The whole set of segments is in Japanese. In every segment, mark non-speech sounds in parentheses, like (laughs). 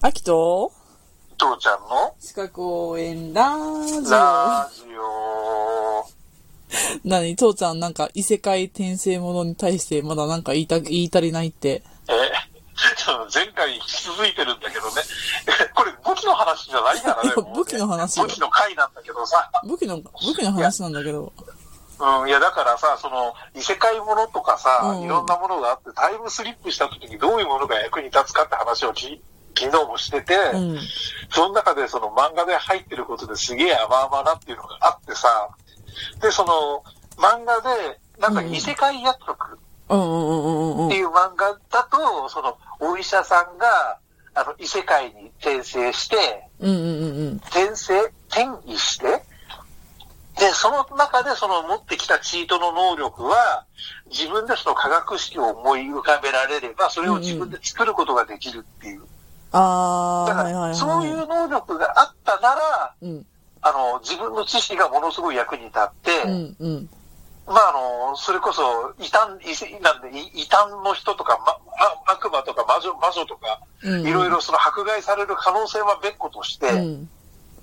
秋と父ちゃんの鹿公園ラジオ。ラジオ。何父ちゃんなんか異世界転生ものに対してまだなんか言いた、言い足りないって。え、ちょっと前回引き続いてるんだけどね。 (laughs) これ武器の話じゃないからいねや。もうね武器の話よ武器の回なんだけどさ。武器の、武器の話なんだけど。うん、いやだからさ、その、異世界ものとかさ、うんいろんなものがあって、タイムスリップした時にどういうものが役に立つかって話をき昨日もしてて、うん。その中でその漫画で入ってることですげえ甘々だっていうのがあってさ、で、その、漫画で、なんか異世界薬局、うんうんうんうんっうてん。いう漫画だと、その、お医者さんが、あの、異世界に転生して、うんうんうんうん。転生、転移して、で、その中でその持ってきたチートの能力は、自分でその科学式を思い浮かべられれば、それを自分で作ることができるっていう。あだー、かはいはいはら、い。そういう能力があったなら、うん。あの、自分の知識がものすごい役に立って、うんうん。まあ、あの、それこそ、異端、異世なんで、異異端の人とか、ま、あ悪魔とか魔女、魔女とか、うんうんいろいろその迫害される可能性は別個として、う。うん、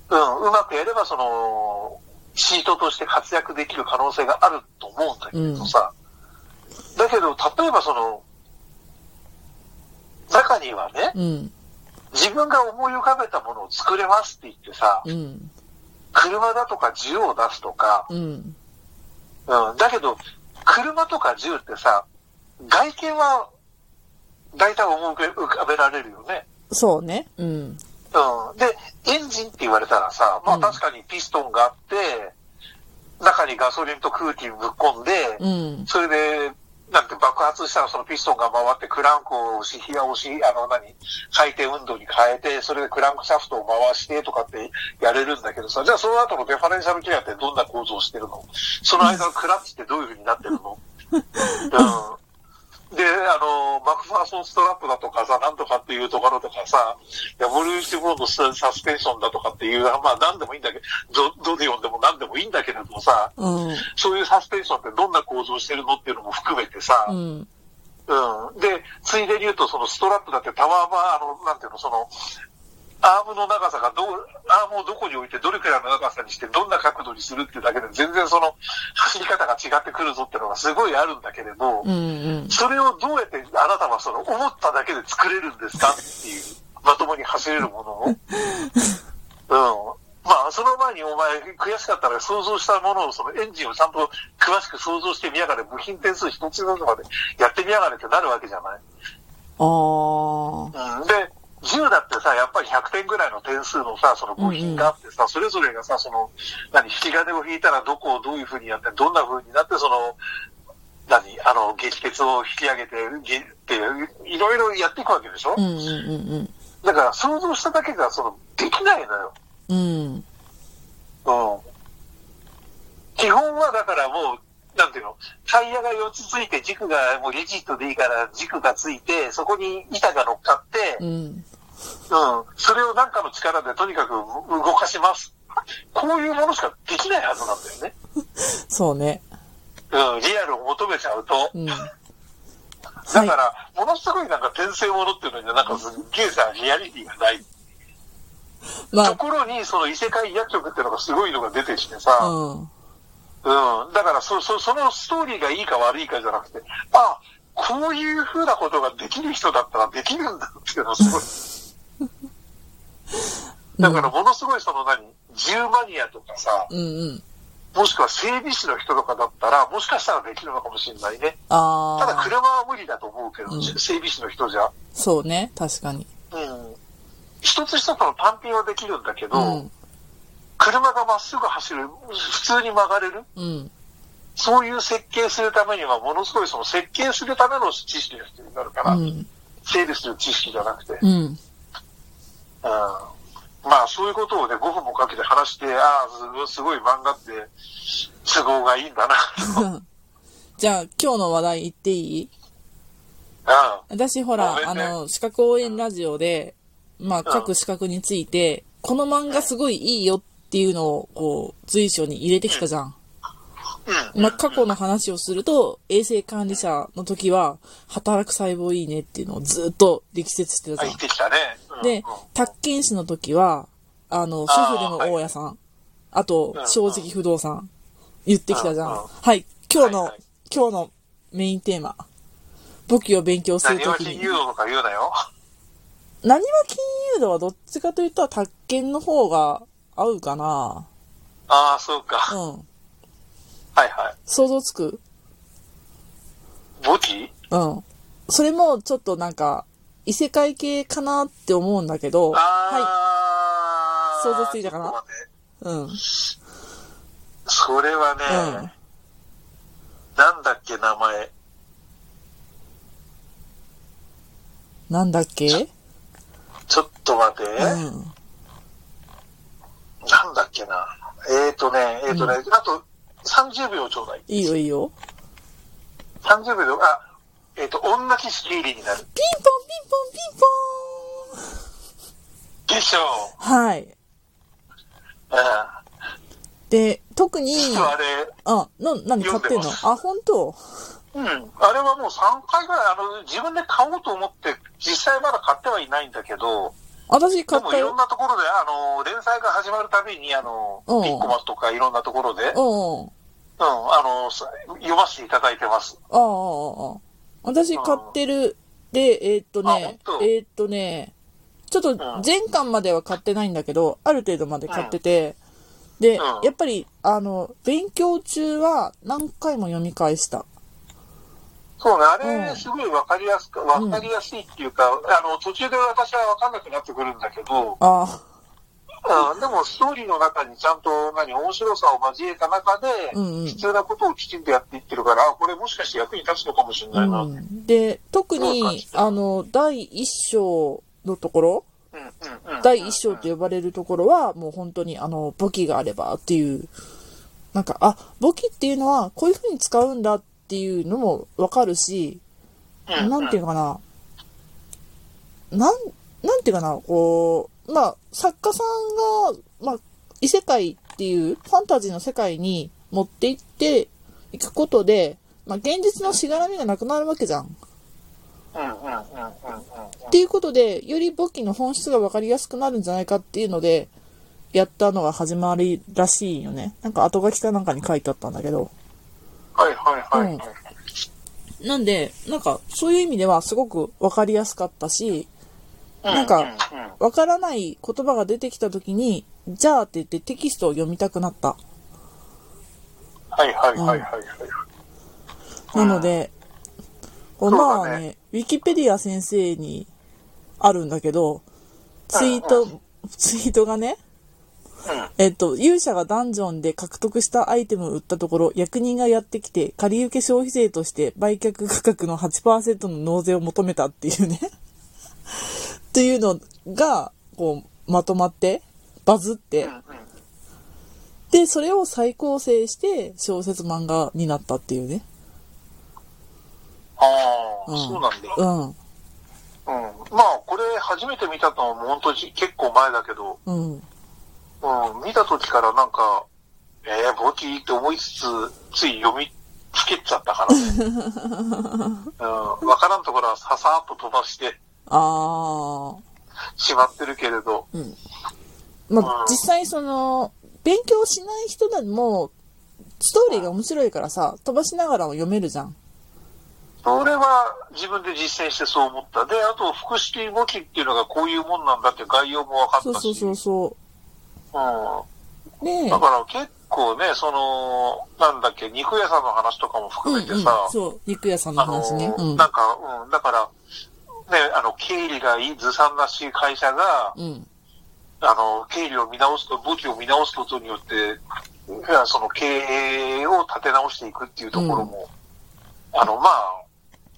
うんうまくやればその、シートとして活躍できる可能性があると思うんだけどさ、だけど、例えばその、中にはね、うん。自分が思い浮かべたものを作れますって言ってさ、うん。車だとか銃を出すとか、うん。うん、だけど、車とか銃ってさ、外見は、大体思い浮かべられるよね。そうね。うん。うん。で、エンジンって言われたらさ、まうあん確かにピストンがあって、中にガソリンと空気ぶっ込んで、うん。それで、なんて爆発したらそのピストンが回ってクランクを押し、火を押し、あの何、回転運動に変えて、それでクランクシャフトを回してとかってやれるんだけどさ、じゃあその後のデファレンシャルギアってどんな構造をしてるのその間のクラッチってどういう風になってる (laughs) のうん。で、あの、マクファーソンストラップだとかさ、なんとかっていうところとかさ、W15 のササスペンションだとかっていう、まあ何でもいいんだけど、ど、どで読んでも何でもいいんだけれどもさ、うん。そういうサスペンションってどんな構造してるのっていうのも含めてさ、ううん。ん。で、ついでに言うと、そのストラップだってタワーバー、あの、なんていうの、その、アームの長さがどう、アームをどこに置いて、どれくらいの長さにして、どんな角度にするっていうだけで、全然その、走り方が違ってくるぞっていうのがすごいあるんだけれど、うんうん。それをどうやってあなたはその、思っただけで作れるんですかっていう、まともに走れるもの (laughs) を。うん。まあ、その前にお前、悔しかったら想像したものを、そのエンジンをちゃんと詳しく想像してみやがれ、部品点数一つずつまでやってみやがれってなるわけじゃない。あー。うん、で、10だってさ、やっぱり100点ぐらいの点数のさ、その部品があってさ、それぞれがさ、その、何、引き金を引いたらどこをどういう風にやって、どんな風になって、その、何、あの、激鉄を引き上げて、げって、いろいろやっていくわけでしょ、うんうんうんだから想像しただけが、その、できないのよ。うん。うん。うん。基本はだからもう、なんていうの、タイヤが4つついて、軸がもうレジットでいいから、軸がついて、そこに板が乗っかって、うん。うん。それを何かの力でとにかく動かします。こういうものしかできないはずなんだよね。そうね。うん。リアルを求めちゃうと。うん。だから、ものすごいなんか転生ものっていうのになんかすっげえさ、リアリティがない。まところに、その異世界薬局っていうのがすごいのが出てきてあ、さ、うん。うん。だからそ、そ、そのストーリーがいいか悪いかじゃなくて、あ、こういう風なことができる人だったらできるんだっていうのはすごい。だから、ものすごいその何、銃マニアとかさ、うんうん。もしくは整備士の人とかだったら、もしかしたらできるのかもしれないね。あただあ、車は無理だと思うけど、うん整備士の人じゃ。そうね。確かに。うん。一つ一つの単品はできるんだけうど、ん。車がまっすぐ走る、普通に曲がれる。うん。そういう設計するためには、ものすごいその設計するための知識が必要になるかうら、ん。整理する知識じゃなくて。うん。うん。 (laughs) まあ、そういうことをね、5分もかけて話して、ああ、すごいすごい漫画って、都合がいい (laughs) んだな。じゃあ、今日の話題言っていいうん。私、ほごら、めあんねの、資格応援ラジオで、まあ、各資格について、この漫画すごいいいよっていうのを、こう、随所に入れてきたじゃん。うん。まあ、過去の話をすると、衛生管理者の時は、働く細胞いいねっていうのをずっと力説してた入じゃっん。てきたね。うんでうん、宅建士の時は、あの、主あー婦でも大家さん、あとう、ん正直不動産、言ってきたじゃ。うんうんんはい、今日の、はいはい今日のメインテーマ。簿記を勉強する何とはき金に。融道とか言うなよ。何は金融度はどっちかというと、宅建の方が合うかなああ、そうか。うはん。いは想像つくい。簿記うん。それもちょっとなんか、異世界系かなって思うんだけど、はああ。想像ついたかなちょっと待ってい。うん。それはね、うんなんだっけ、名前。なんだっけうちょっと待って。ん。なんだっけな。えーとね、えーとね、あと30秒ちょうだい。いいよいいよ。 30秒で、あ、えーと、女騎士リーリーになる。ピンポンピンポンピンポーンでしょはい。う。うん。で、特に、実はあれ、あ、な、何買ってん読んのでますあ、本当うん。あれはもう3回ぐらい、あの、自分で買おうと思って、実際まだ買ってはいないんだけど、私買っでもたいろんよ。なところで、あの、連載が始まるたびに、あの、ピうんッコマとかいろんなところで、うん、うん。あの、さ読ませていただいてます。ああ、ああ、ああ。私買ってる。で、えーっとあね本、当えーっとね、ちょっと前巻までは買ってないんだけど、ある程度まで買ってて、で、うんやっぱり、あの、勉強中は何回も読み返した。そうね、あうんれ、すごいわかりやすく、わかりやすいっていうか、あの、途中で私はわかんなくなってくるんだけど、あうんでも、ストーリーの中にちゃんと、何、面白さを交えた中で、うんうん必要なことをきちんとやっていってるから、あこれもしかして役に立つのかもしれあ、うないな。うん、うん、うん。ん。で、特そう感にじ、たあの、第一章のところ、第一章と呼ばれるところは、もう本当に、あの、簿記があればっていう、なんか、あ、簿記っていうのは、こういう風に使うんだっていうのもわかるし、うん、なんていうのかな、なん、なんていうかな、こう、まあ、作家さんが、まあ、異世界っていうファンタジーの世界に持って行っていくことで、まあ、現実のしがらみがなくなるわけじゃん。うん、うん、うん、うん、うん。っていうことで、より簿記の本質が分かりやすくなるんじゃないかっていうので、やったのが始まりらしいよね。なんか後書きかなんかに書いてあったんだけど。はい、はい、はい。うんなんで、なんかそういう意味ではすごく分かりやすかったし、なんかうん、うん分からない言葉が出てきた時に、じゃあって言ってテキストを読みたくなった。はい、はい、はい、はいはい。なので、こうそうまだねあね、ウィキペディア先生にあるんだけど、ツイーうト、ツイートがね、うん。えっと、勇者がダンジョンで獲得したアイテムを売ったところ、役人がやってきて、借り受け消費税として売却価格の8%の納税を求めたっていうね。 (laughs) っていうのが、こう、まとまって、バズってう、ん、うん。で、それを再構成して、小説漫画になったっていうね。ああ、うんそうなんだ。うん。うん。まあ、これ、初めて見たのは、もう本当に結構前だけど、うん。うん、見た時からなんか、えー、簿記って思いつつ、つい読みつけちゃったか (laughs) らね。うん、わからんところはささーっと飛ばしてあー。しまってるけれど、まあう、ん実際その、勉強しない人でも、ストーリーが面白いからさ、飛ばしながらも読めるじゃん。それは自分で実践してそう思った。で、あと、複式簿記っていうのがこういうもんなんだって概要も分かったし。そうそうそうそう。うねん。だから結構ね、その、なんだっけ、肉屋さんの話とかも含うんうめてさ、ん、そう、肉屋さんのあの話ね。ーうんなんか、うん、だから、ね、あの、経理がいい、ずさんらしい会社が、うん。あの、経理を見直すと、武器を見直すことによって、いやその経営を立て直していくっていうところも、あの、まあ、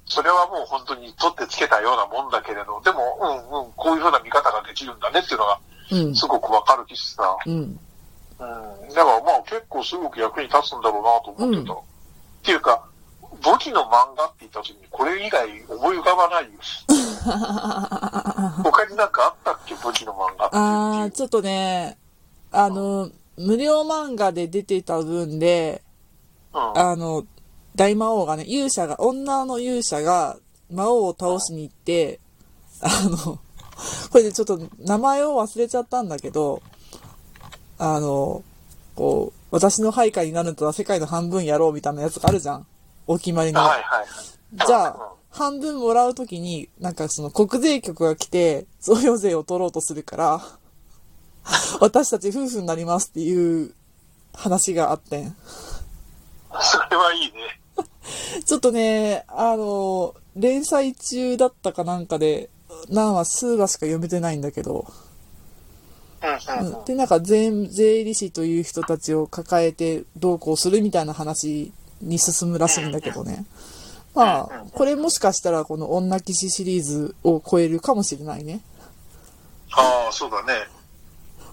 それはもう本当に取ってつけたようなもんだけれど、でも、うんうん、こういうふうな見方ができるんだねっていうのが、うん。 (laughs) すごくわかるしさ、うん。うん。だからまあ結構すごく役に立つんだろうなと思ってた。うっていうか、簿記の漫画って言った時にこれ以外思い浮かばないよ。他になんかあったっけ簿記の漫画あっー、てちょっとね、あの、無料漫画で出てた分で、うん。あの、大魔王がね、勇者が、女の勇者が魔王を倒しに行って、あの、これでちょっと名前を忘れちゃったんだけど、あの、こう、私の配下になるとは世界の半分やろうみたいなやつがあるじゃん。お決まりの。はいはい。じゃうんあ、半分もらうときに、なんかその国税局が来て、贈与税を取ろうとするから、 (laughs) 私たち夫婦になりますっていう話があってん。それはいいね。ちょっとね、あの、連載中だったかなんかで、何話、数話しか読めてないんだけど、うんうんうん。で、なんか税税理士という人たちを抱えてどうこうするみたいな話に進むらしいんだけどね。まあ、これもしかしたらこの女騎士シリーズを超えるかもしれないね。ああ、そうだね。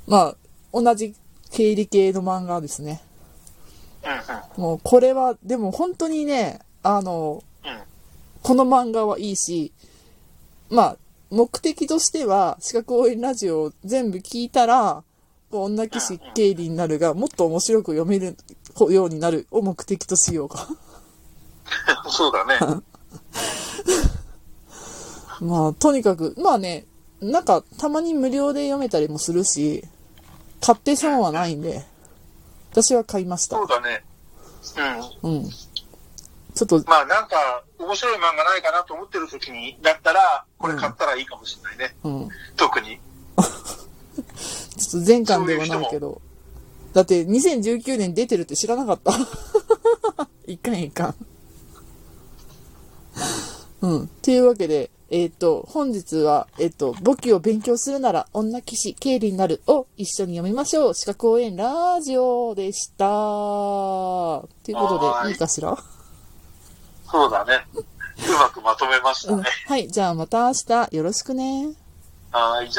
まあ、同じ経理系の漫画ですね。うんうん。もうこれは、でも本当にね、あの、うん (laughs) この漫画はいいし、まあ、目的としては、四角応援ラジオを全部聞いたら、こう女騎士経理になるが、もっと面白く読めるようになるを目的としようか。 (laughs) そうだね。まあ、とにかく、まあね、なんか、たまに無料で読めたりもするし、買って損はないんで、私は買いましたそう。だね。うん。うん。ちょっと、まあなんか、面白い漫画ないかなと思ってる時に、だったら、これ買ったらいいかもしれないね。うん。特に。ちょっと前巻ではないけど。だって2019年出てるって知らなかった。 (laughs) 一巻一巻。うん。というわけで、えっ、と、本日は、えっ、と、簿記を勉強するなら女騎士、経理になるを一緒に読みましょう。資格応援ラジオでした。というこはとーで、いいいかしらそうだね。うまくまとめましたうん。ね。はい。じゃあまた明日よろしくね。はい。